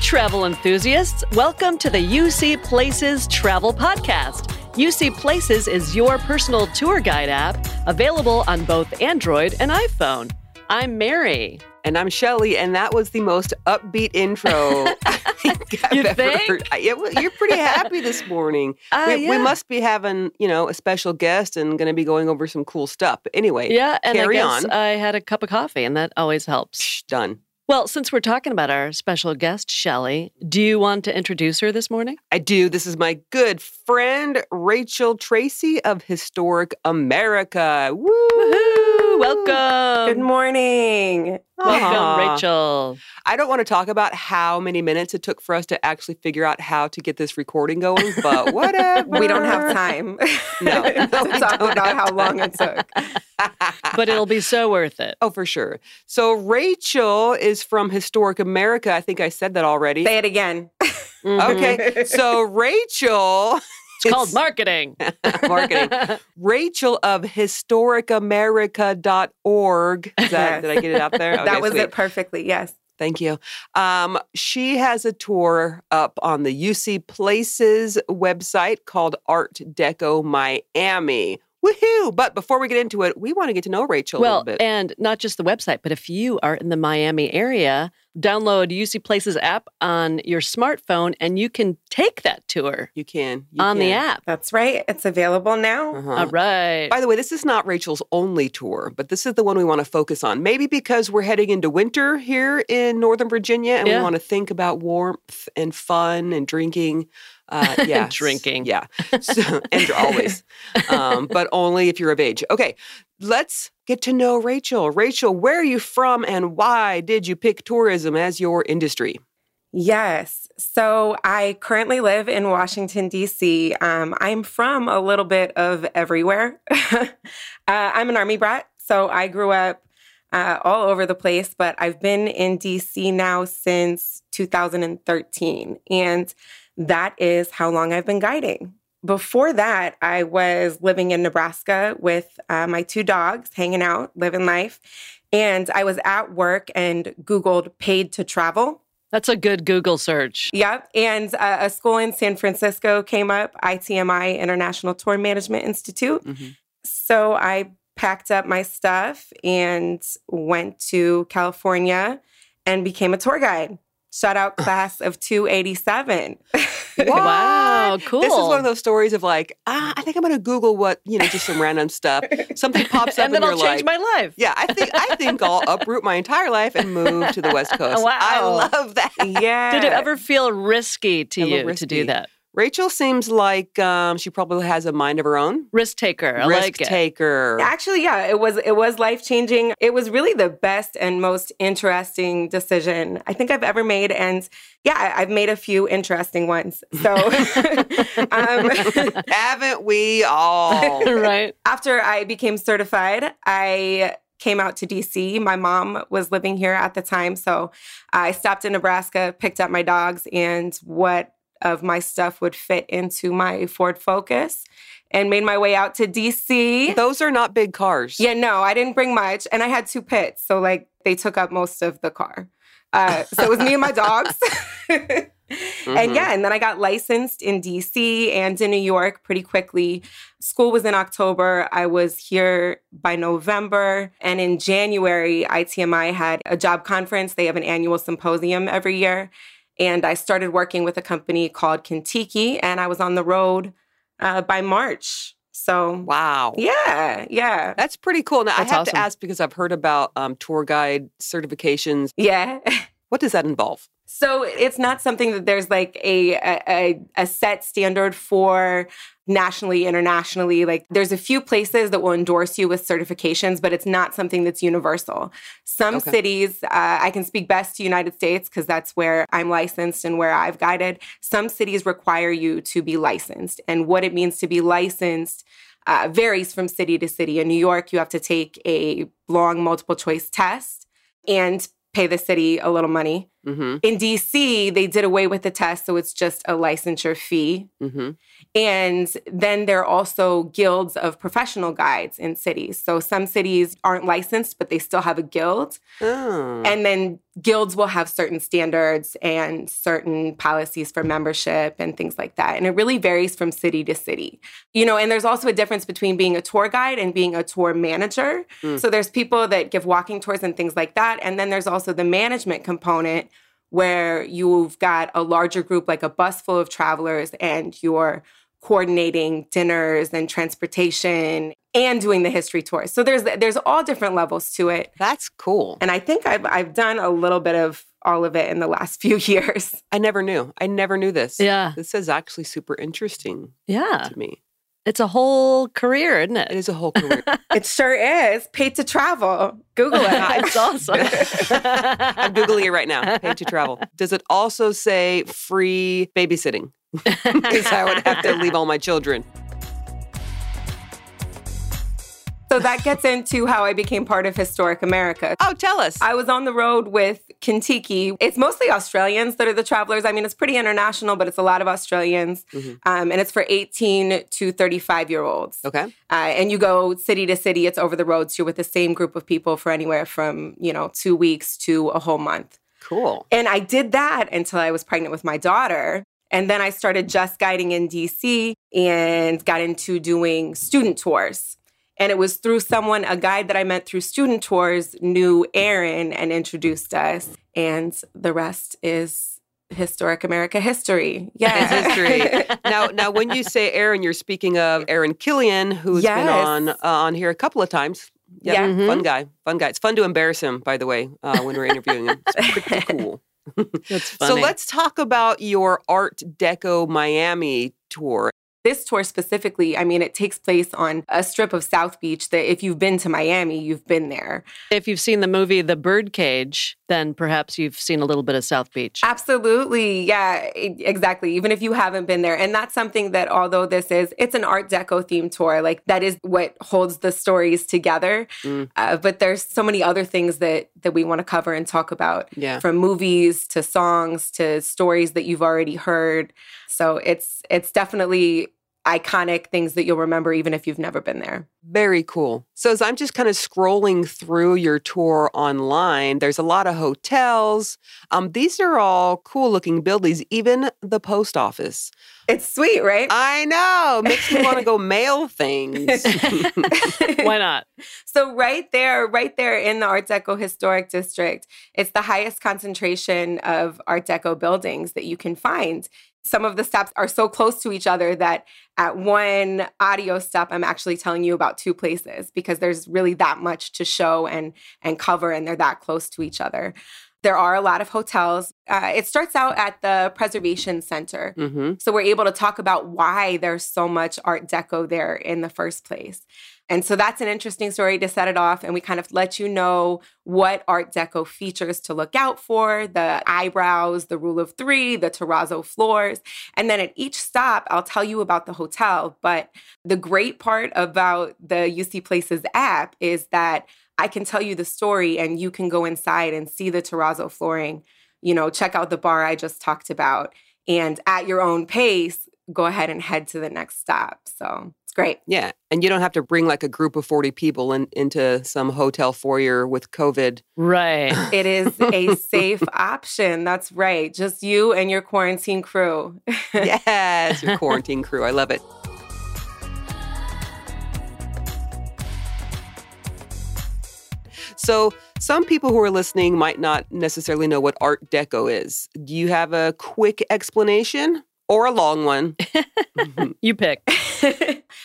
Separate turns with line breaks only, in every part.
travel enthusiasts. Welcome to the UC Places Travel Podcast. UC Places is your personal tour guide app available on both Android and iPhone. I'm Mary.
And I'm Shelly, and that was the most upbeat intro I think I've
You
ever
think?
heard. I- yeah, well, you're pretty happy this morning.
Uh,
we, we
yeah.
must be having, you know, a special guest and going to be going over some cool stuff. But anyway,
Yeah, and
Carry
I guess
on.
I had a cup of coffee, and that always helps.
psh, done.
Well, since we're talking about our special guest, Shelley, do you want to introduce her this morning?
I do. This is my good friend Rachel Tracy of Historic America. Woo!
Woohoo! Welcome.
Good morning.
Aw.
Welcome, Rachel.
I don't want to talk about how many minutes it took for us to actually figure out how to get this recording going, but whatever.
We don't have time
No, no,
to
we
talk
don't
about
have
how
time.
long it took.
But it'll be so worth it.
Oh, for sure. So Rachel is from Historic America. I think I said that already.
Say it again.
Okay. so Rachel,
Mm-hmm. It's called marketing.
marketing. Rachel of historicamerica.org. Is that, did I get it out there?
that
Okay,
was
sweet.
it perfectly. Yes.
Thank you. Um, she has a tour up on the UC Places website called Art Deco Miami. Woohoo! But before we get into it, we want to get to know Rachel a
well, eh,
little bit.
and not just the website, but if you are in the Miami area, download UC Places app on your smartphone and you can take that tour
you can. You
on the
can.
app.
That's right. It's available now.
Uh-huh.
All right.
By the way, this is not Rachel's only tour, but this is the one we want to focus on. Maybe because we're heading into winter here in Northern Virginia and
Yeah.
we want to think about warmth and fun and drinking. Uh, yeah.
drinking.
Yeah. So, and always, um, but only if you're of age. Okay. Let's get to know Rachel. Rachel, where are you from and why did you pick tourism as your industry?
Yes. So I currently live in Washington, D.C. Um, I'm from a little bit of everywhere. uh, I'm an Army brat. So I grew up uh, all over the place, but I've been in D.C. now since 2013. And that is how long I've been guiding. Before that, I was living in Nebraska with uh, my two dogs, hanging out, living life. And I was at work and Googled paid to travel.
That's a good Google search.
Yep. And uh, a school in San Francisco came up, ITMI, International Tour Management Institute.
Mm-hmm.
So I packed up my stuff and went to California and became a tour guide. Shout out class of 287.
Wow, cool.
This is one of those stories of like, ah, I think I'm going to Google what, you know, just some random stuff. Something pops up
and then
you're
I'll
like,
change my life.
Yeah, I think I think I'll uproot my entire life and move to the West Coast. I
Wow.
love that.
yeah.
Did it ever feel risky to
A little
you to
risky.
do that?
Rachel seems like um, she probably has a mind of her own.
Risk taker. I
Risk
like it.
taker.
Actually, yeah, it was it was life changing. It was really the best and most interesting decision I think I've ever made, and yeah, I- I've made a few interesting ones. So, um,
Haven't we all?
right.
after I became certified, I came out to DC. My mom was living here at the time, so I stopped in Nebraska, picked up my dogs, and what of my stuff would fit into my Ford Focus, and made my way out to DC.
Those are not big cars.
Yeah, no, I didn't bring much, and I had two pits, so like they took up most of the car. Uh, so it was me and my dogs.
Mm-hmm.
And yeah, and then I got licensed in DC and in New York pretty quickly. School was in October. I was here by November. And in January, ITMI had a job conference. They have an annual symposium every year. And I started working with a company called Kentucky, and I was on the road uh, by March. So,
Wow.
yeah, yeah.
That's pretty cool. Now
That's
I have to
awesome.
ask because I've heard about um, tour guide certifications.
Yeah.
What does that involve?
So it's not something that there's like a, a a- a set standard for nationally, internationally. Like there's a few places that will endorse you with certifications, but it's not something that's universal. Some
Okay.
cities, uh, I can speak best to United States because that's where I'm licensed and where I've guided. Some cities require you to be licensed, and what it means to be licensed uh, varies from city to city. In New York, you have to take a long multiple choice test and pay the city a little money.
Mm-hmm.
In DC, they did away with the test, so it's just a licensure fee.
Mm-hmm.
And then there are also guilds of professional guides in cities. So some cities aren't licensed, but they still have a guild.
Oh.
And then guilds will have certain standards and certain policies for membership and things like that. And it really varies from city to city. You know, and there's also a difference between being a tour guide and being a tour manager.
Mm.
So there's people that give walking tours and things like that. And then there's also the management component where you've got a larger group, like a bus full of travelers, and you're coordinating dinners and transportation and doing the history tours. So there's there's all different levels to it.
That's cool.
And I think I've I've done a little bit of all of it in the last few years.
I never knew. I never knew this.
Yeah.
This is actually super interesting
Yeah.
to me.
It's a whole career, isn't
It
it?
is a whole career.
It sure is. Paid to travel. Google it.
it's awesome.
I'm Googling it right now. Paid to travel. Does it also say free babysitting? Because I would have to leave all my children.
so that gets into how I became part of Historic America.
Oh, tell us.
I was on the road with Kentucky. It's mostly Australians that are the travelers. I mean, it's pretty international, but it's a lot of Australians.
Mhm.
Um, and it's for 18 to 35 year olds.
okay.
Uh, and you go city to city, it's over the road. So you're with the same group of people for anywhere from, you know, two weeks to a whole month.
Cool.
And I did that until I was pregnant with my daughter. And then I started just guiding in DC and got into doing student tours. And it was through someone, a guide that I met through student tours, knew Aaron and introduced us. And the rest is historic America history.
It's
Yeah.
history. now, now, when you say Aaron, you're speaking of Aaron Killian, who's been
Yes.
on uh, on here a couple of times. Yep.
Yeah. Mm-hmm.
Mhm.
Fun guy. Fun guy. It's fun to embarrass him, by the way, uh, when we're interviewing him. It's pretty cool.
That's
So
funny.
let's talk about your Art Deco Miami tour.
this tour specifically, I mean, it takes place on a strip of South Beach that if you've been to Miami, you've been there.
If you've seen the movie The Birdcage, then perhaps you've seen a little bit of South Beach.
Absolutely. Yeah, e- exactly. Even if you haven't been there. And that's something that although this is it's an art deco theme tour, like that is what holds the stories together.
Mm.
Uh, but there's so many other things that that we want to cover and talk about
Yeah.
from movies to songs to stories that you've already heard. So it's it's definitely iconic things that you'll remember even if you've never been there.
Very cool. So, as I'm just kind of scrolling through your tour online, there's a lot of hotels. Um, these are all cool looking buildings, even the post office.
It's sweet, right?
I know. Makes me want to go mail things.
Why not?
So right there, right there in the Art Deco Historic District, it's the highest concentration of Art Deco buildings that you can find. Some of the steps are so close to each other that at one audio step, I'm actually telling you about two places because there's really that much to show and and cover, and they're that close to each other. There are a lot of hotels. Uh, it starts out at the Preservation Center,
hmm
so we're able to talk about why there's so much Art Deco there in the first place. And so that's an interesting story to set it off. And we kind of let you know what Art Deco features to look out for the eyebrows, the rule of three, the terrazzo floors. And then at each stop, I'll tell you about the hotel. But the great part about the UC Places app is that I can tell you the story and you can go inside and see the terrazzo flooring, you know, check out the bar I just talked about and at your own pace, go ahead and head to the next stop. So it's great.
Yeah. And you don't have to bring like a group of 40 people in, into some hotel foyer with COVID.
Right.
It is a safe option. That's right. Just you and your quarantine crew.
Yes, your quarantine crew. I love it. So, some people who are listening might not necessarily know what Art Deco is. Do you have a quick explanation or a long one?
You pick.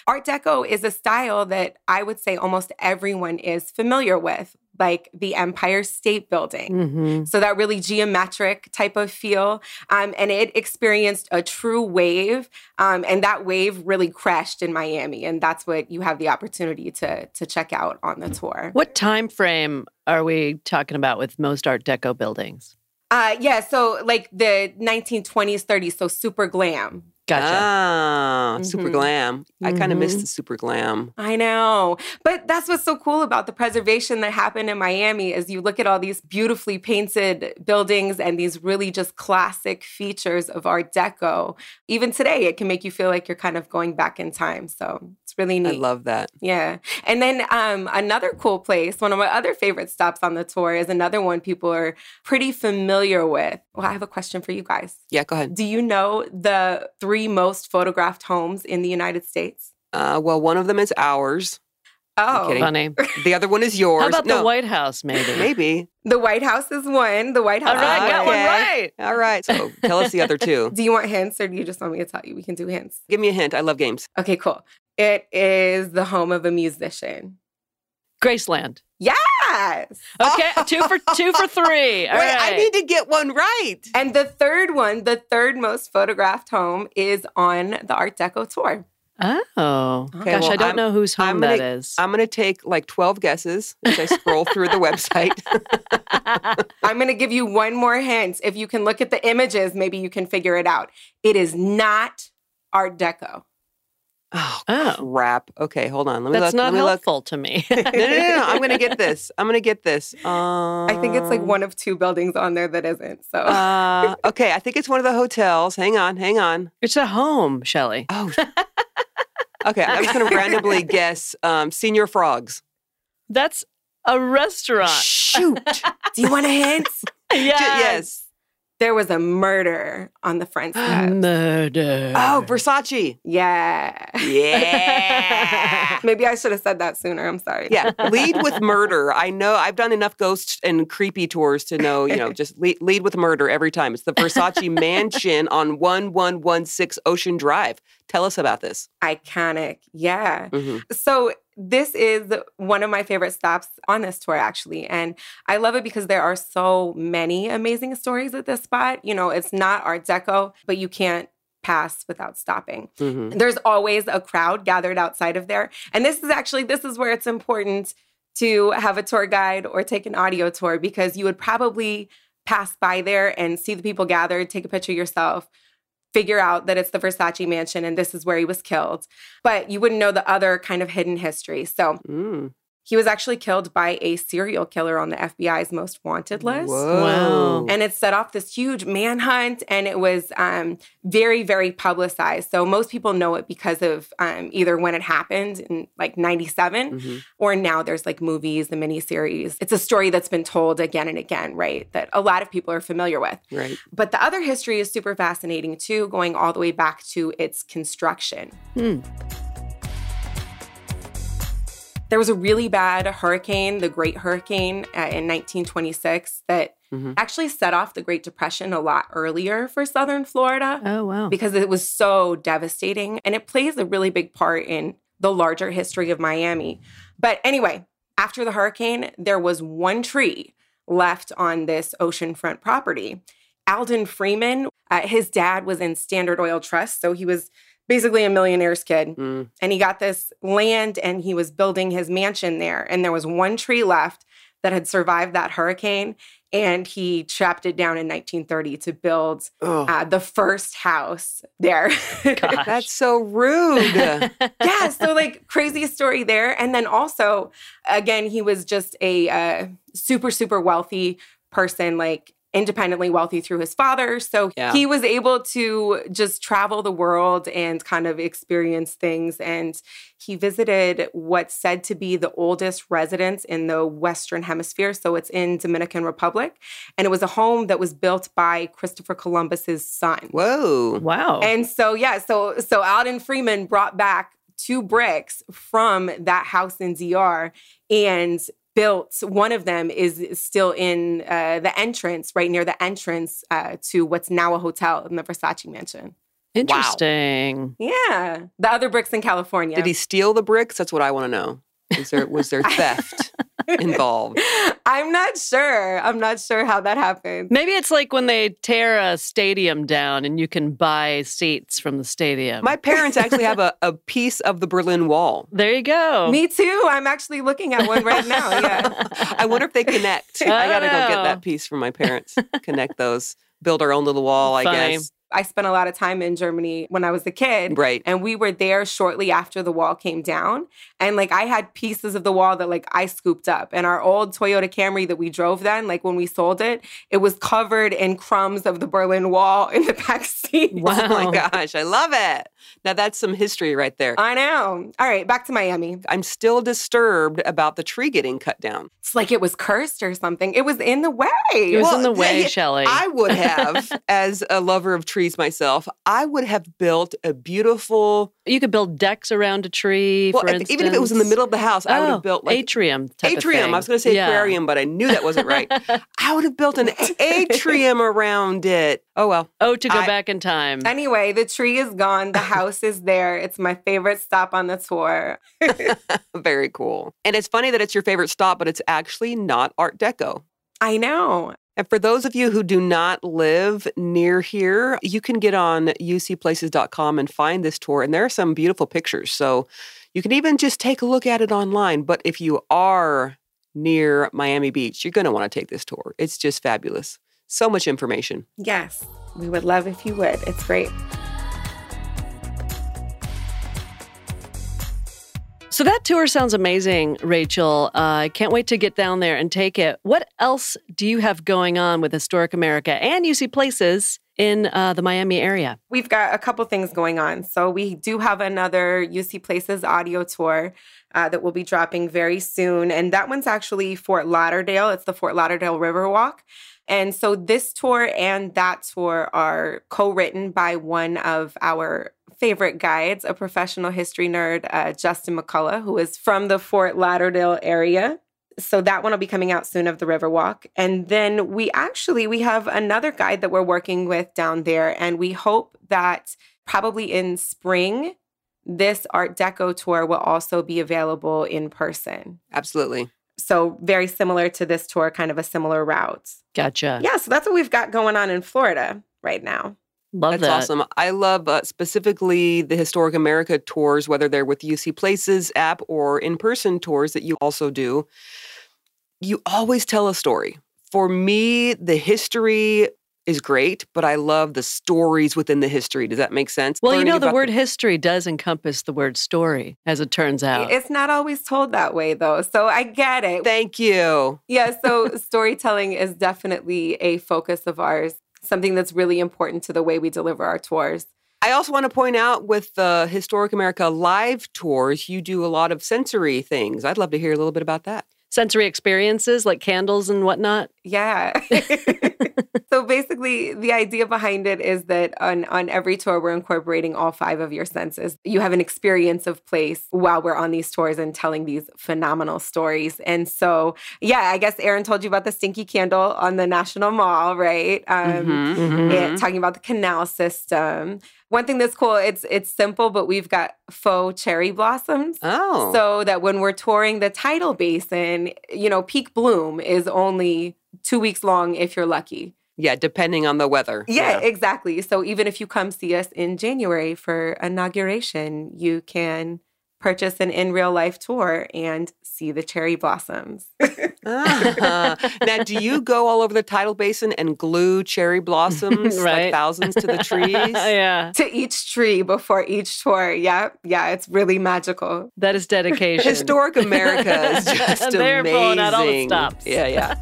Art Deco is a style that I would say almost everyone is familiar with, like the Empire State Building.
Mm-hmm.
So that really geometric type of feel. Um, and it experienced a true wave. Um, and that wave really crashed in Miami. And that's what you have the opportunity to, to check out on the tour.
What time frame are we talking about with most Art Deco buildings?
Uh, yeah. So like the 1920s, 30s. So super glam.
Gotcha.
Ah, super
Mm-hmm.
Mhm.
glam. I kind of miss
Mhm.
the super glam.
I know. But that's what's so cool about the preservation that happened in Miami is you look at all these beautifully painted buildings and these really just classic features of Art Deco. Even today it can make you feel like you're kind of going back in time. So it's really neat.
I love that.
Yeah. And then um, another cool place, one of my other favorite stops on the tour is another one people are pretty familiar with. Well, I have a question for you guys.
Yeah, go ahead.
Do you know the three most photographed homes in the United States?
Uh, well, one of them is ours.
Oh,
kidding.
Funny.
The other one is yours.
How about
no,
the White House, maybe?
maybe. Ah,
the White House is one. The White
All
House.
right,
is
got one
Okay.
right.
All right. So tell us the other two.
Do you want hints or do you just want me to tell you? We can do hints.
Give me a hint. I love games.
Okay, cool. It is the home of a musician.
Graceland.
Yes.
Okay, two for two for three. All
Wait,
right.
I need to get one right.
And the third one, the third most photographed home is on the Art Deco tour.
Oh
Okay,
gosh,
well,
I don't
I'm-
know whose home
I'm
that
gonna-
is.
I'm going to take like 12 guesses as I scroll through the website.
I'm going to give you one more hint. If you can look at the images, maybe you can figure it out. It is not Art Deco.
Oh,
Oh.
crap. Okay, hold on. Let me
That's
look.
not
let me look.
helpful to me.
No, no, no, no. I'm going to get this. I'm going to get this.
I think it's like
Um,
one of two buildings on there that isn't. So
Uh, okay, I think it's one of the hotels. Hang on, hang on.
it's a home, Shelley.
Oh. sh- Okay, I'm just going to randomly guess um, Senior Frogs.
That's a restaurant.
Shoot.
do you want a hint?
Yes.
yes.
there was a murder on the front steps.
Murder.
Oh, Versace.
yeah.
Yeah.
Maybe I should have said that sooner. I'm sorry.
yeah, lead with murder. I know I've done enough ghost and creepy tours to know, you know, just lead, lead with murder every time. It's the Versace Mansion on 1116 Ocean Drive. Tell us about this.
Iconic. Yeah.
Mhm.
So this is one of my favorite stops on this tour actually and I love it because there are so many amazing stories at this spot. You know, it's not art deco, but you can't pass without stopping.
Mhm.
There's always a crowd gathered outside of there. And this is actually this is where it's important to have a tour guide or take an audio tour because you would probably pass by there and see the people gathered, take a picture yourself, figure out that it's the Versace mansion and this is where he was killed. But you wouldn't know the other kind of hidden history. So
Mm.
he was actually killed by a serial killer on the FBI's most wanted list.
Whoa.
And it set off this huge manhunt, and it was um, very, very publicized. So most people know it because of um, either when it happened in like 97
Mhm.
or now there's like movies, the miniseries. It's a story that's been told again and again, right? That a lot of people are familiar with.
Right.
But the other history is super fascinating too, going all the way back to its construction.
Hmm.
There was a really bad hurricane, the Great Hurricane uh, in 1926, that
Mhm.
actually set off the Great Depression a lot earlier for Southern Florida
Oh wow.
because it was so devastating. And it plays a really big part in the larger history of Miami. But anyway, after the hurricane, there was one tree left on this oceanfront property. Alden Freeman, uh, his dad was in Standard Oil Trust, so he was basically a millionaire's kid
Mm.
and he got this land and he was building his mansion there and there was one tree left that had survived that hurricane and he chopped it down in 1930 to build
Oh,
uh, the first house there
Gosh.
that's so rude.
yeah so like crazy story there and then also again he was just a uh, super super wealthy person like independently wealthy through his father so
Yeah.
he was able to just travel the world and kind of experience things and he visited what's said to be the oldest residence in the western hemisphere so it's in dominican republic and it was a home that was built by christopher columbus's son
Whoa.
wow.
and so yeah, so so Alden Freeman brought back two bricks from that house in DR and built one of them is still in uh, the entrance right near the entrance uh, to what's now a hotel in the Versace mansion.
Interesting.
Yeah, the other bricks in California.
Did he steal the bricks? That's what I want to know. Is there was there theft involved?
I'm not sure. I'm not sure how that happened.
Maybe it's like when they tear a stadium down and you can buy seats from the stadium.
My parents actually have a, a piece of the Berlin Wall.
there you go.
Me too. I'm actually looking at one right now. Yeah.
I wonder if they connect. I gotta go
Oh.
get that piece from my parents. Connect those. Build our own little wall, I
Funny.
guess.
I spent a lot of time in Germany when I was a kid.
Right.
And we were there shortly after the wall came down. And like I had pieces of the wall that like I scooped up. And our old Toyota Camry that we drove then, like when we sold it, it was covered in crumbs of the Berlin Wall in the back seat.
Oh my
Wow.
gosh, I love it. Now that's some history right there.
I know. All right, back to Miami.
I'm still disturbed about the tree getting cut down.
It's like it was cursed or something. It was in the way.
It was
Well,
in the
yeah,
way,
yeah,
Shelley.
I would have, as a lover of trees myself, I would have built a beautiful,
you could build decks around a tree,
well,
for
if-
instance.
even if it was in the middle of the house, I would
Oh,
have built like
atrium type of
atrium.
thing.
I was going to say
Yeah.
aquarium, but I knew that wasn't right. I would have built an atrium around it. Oh, well.
Oh, to go
I-
back in time.
Anyway, the tree is gone. The house is there. It's my favorite stop on the tour.
Very cool. And it's funny that it's your favorite stop, but it's actually not Art Deco.
I know.
And for those of you who do not live near here, you can get on ucplaces.com and find this tour. And there are some beautiful pictures. So you can even just take a look at it online. But if you are near Miami Beach, you're going to want to take this tour. It's just fabulous. So much information.
Yes, we would love if you would. It's great.
So that tour sounds amazing, Rachel. Uh, I can't wait to get down there and take it. What else do you have going on with Historic America and UC Places in uh, the Miami area?
We've got a couple things going on. So we do have another UC Places audio tour uh, that will be dropping very soon. And that one's actually Fort Lauderdale. It's the Fort Lauderdale Riverwalk. And so this tour and that tour are co-written by one of our favorite guides, a professional history nerd, uh, Justin McCullough, who is from the Fort Lauderdale area. So that one will be coming out soon of the Riverwalk. And then we actually we have another guide that we're working with down there, and we hope that probably in spring. This Art Deco tour will also be available in person.
Absolutely.
So, very similar to this tour, kind of a similar route.
Gotcha.
Yeah, so that's what we've got going on in Florida right now.
Love
That's
that.
awesome. I love uh, specifically the Historic America tours, whether they're with UC Places app or in person tours that you also do. You always tell a story. For me, the history is great, but I love the stories within the history. Does that make sense?
Well, you
Learning
know, the
about
word history does encompass the word story, as it turns out.
It's not always told that way though. So I get it.
Thank you.
yeah, so storytelling is definitely a focus of ours, something that's really important to the way we deliver our tours.
I also want to point out with the Historic America live tours, you do a lot of sensory things. I'd love to hear a little bit about that.
Sensory experiences like candles and whatnot.
Yeah. so basically, the idea behind it is that on, on every tour, we're incorporating all five of your senses. You have an experience of place while we're on these tours and telling these phenomenal stories. And so, yeah, I guess Aaron told you about the stinky candle on the National Mall, right? Um,
Mhm,
mhm.
and talking about the canal system. One thing that's cool, it's it's simple, but we've got faux cherry blossoms.
Oh.
So that when we're touring the tidal basin, you know, peak bloom is only two weeks long if you're lucky.
yeah, depending on the weather.
Yeah, exactly. So even if you come see us in January for inauguration, you can purchase an in real life tour and see the cherry blossoms.
Ah. now, do you go all over the tidal basin and glue cherry blossoms,
Right.
like thousands, to the trees?
yeah,
to each tree before each tour. Yeah, yeah, it's really magical.
that is dedication.
Historic America is just
They're
amazing.
blowing out all the stops.
Yeah, yeah.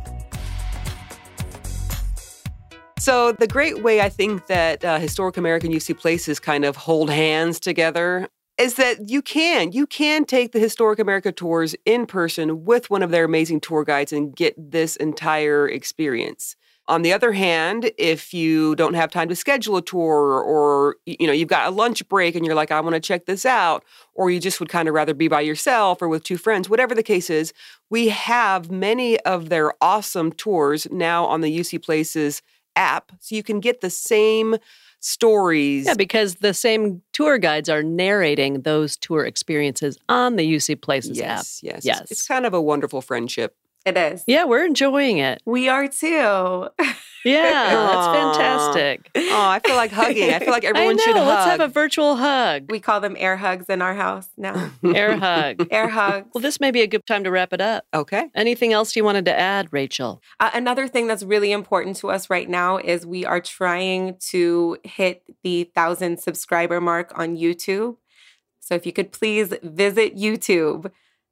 So the great way I think that uh, historic American UC places kind of hold hands together is that you can you can take the historic America tours in person with one of their amazing tour guides and get this entire experience. On the other hand, if you don't have time to schedule a tour or y- you know you've got a lunch break and you're like I want to check this out or you just would kind of rather be by yourself or with two friends, whatever the case is, we have many of their awesome tours now on the UC Places app so you can get the same stories
Yeah, because the same tour guides are narrating those tour experiences on the UC Places app.
Yes, yes. It's- It's
Yes.
kind of a wonderful friendship.
It is.
Yeah, we're enjoying it.
We are too.
Yeah, that's
Aw.
fantastic.
Oh, I feel like hugging. I feel like everyone
I know.
should hug.
Let's have a virtual hug,
We call them air hugs in our house now.
air hug.
Air hugs.
Well, this may be a good time to wrap it up.
okay.
Anything else you wanted to add, Rachel?
Uh, another thing that's really important to us right now is we are trying to hit the thousand subscriber mark on YouTube. So if you could please visit YouTube,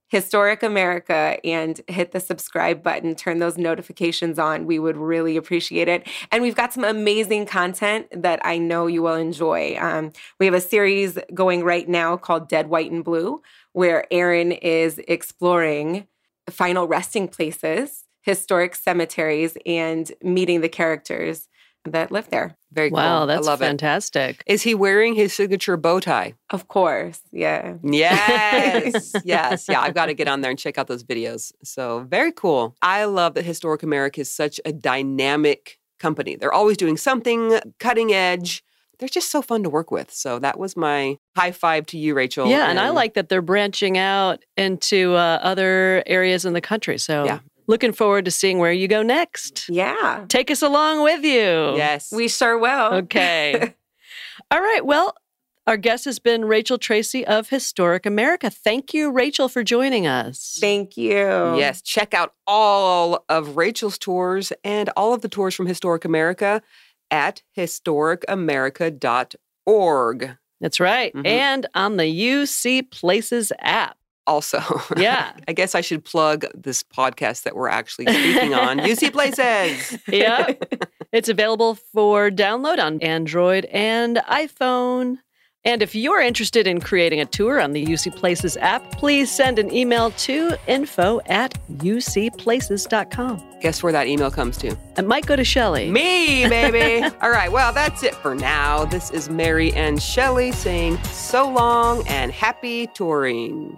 Historic America, and hit the subscribe button, turn those notifications on. We would really appreciate it. And we've got some amazing content that I know you will enjoy. Um, we have a series going right now called Dead, White, and Blue, where Aaron is exploring final resting places, historic cemeteries, and meeting the characters that live there.
Very
Wow,
cool.
that's
I love it.
fantastic.
Is he wearing his signature bow tie?
Of course. Yeah.
Yes. yes. Yeah. I've got to get on there and check out those videos. So very cool. I love that Historic America is such a dynamic company. They're always doing something cutting edge. They're just so fun to work with. So that was my high five to you, Rachel.
Yeah, and I like that they're branching out into uh, other areas in the country. So,
Yeah.
looking forward to seeing where you go next.
Yeah.
Take us along with you.
Yes.
We sure will.
Okay. All right. Well, our guest has been Rachel Tracy of Historic America. Thank you, Rachel, for joining us.
Thank you.
Yes, check out all of Rachel's tours and all of the tours from Historic America at historicamerica.org.
That's right.
Mhm.
And on the UC Places app.
Also,
Yeah.
I guess I should plug this podcast that we're actually speaking on, UC Places.
yeah. It's available for download on Android and iPhone. And if you're interested in creating a tour on the UC Places app, please send an email to info at ucplaces.com.
Guess where that email comes to?
It might go to Shelley.
Me, baby. all right, well, that's it for now. This is Mary and Shelley saying so long and happy touring.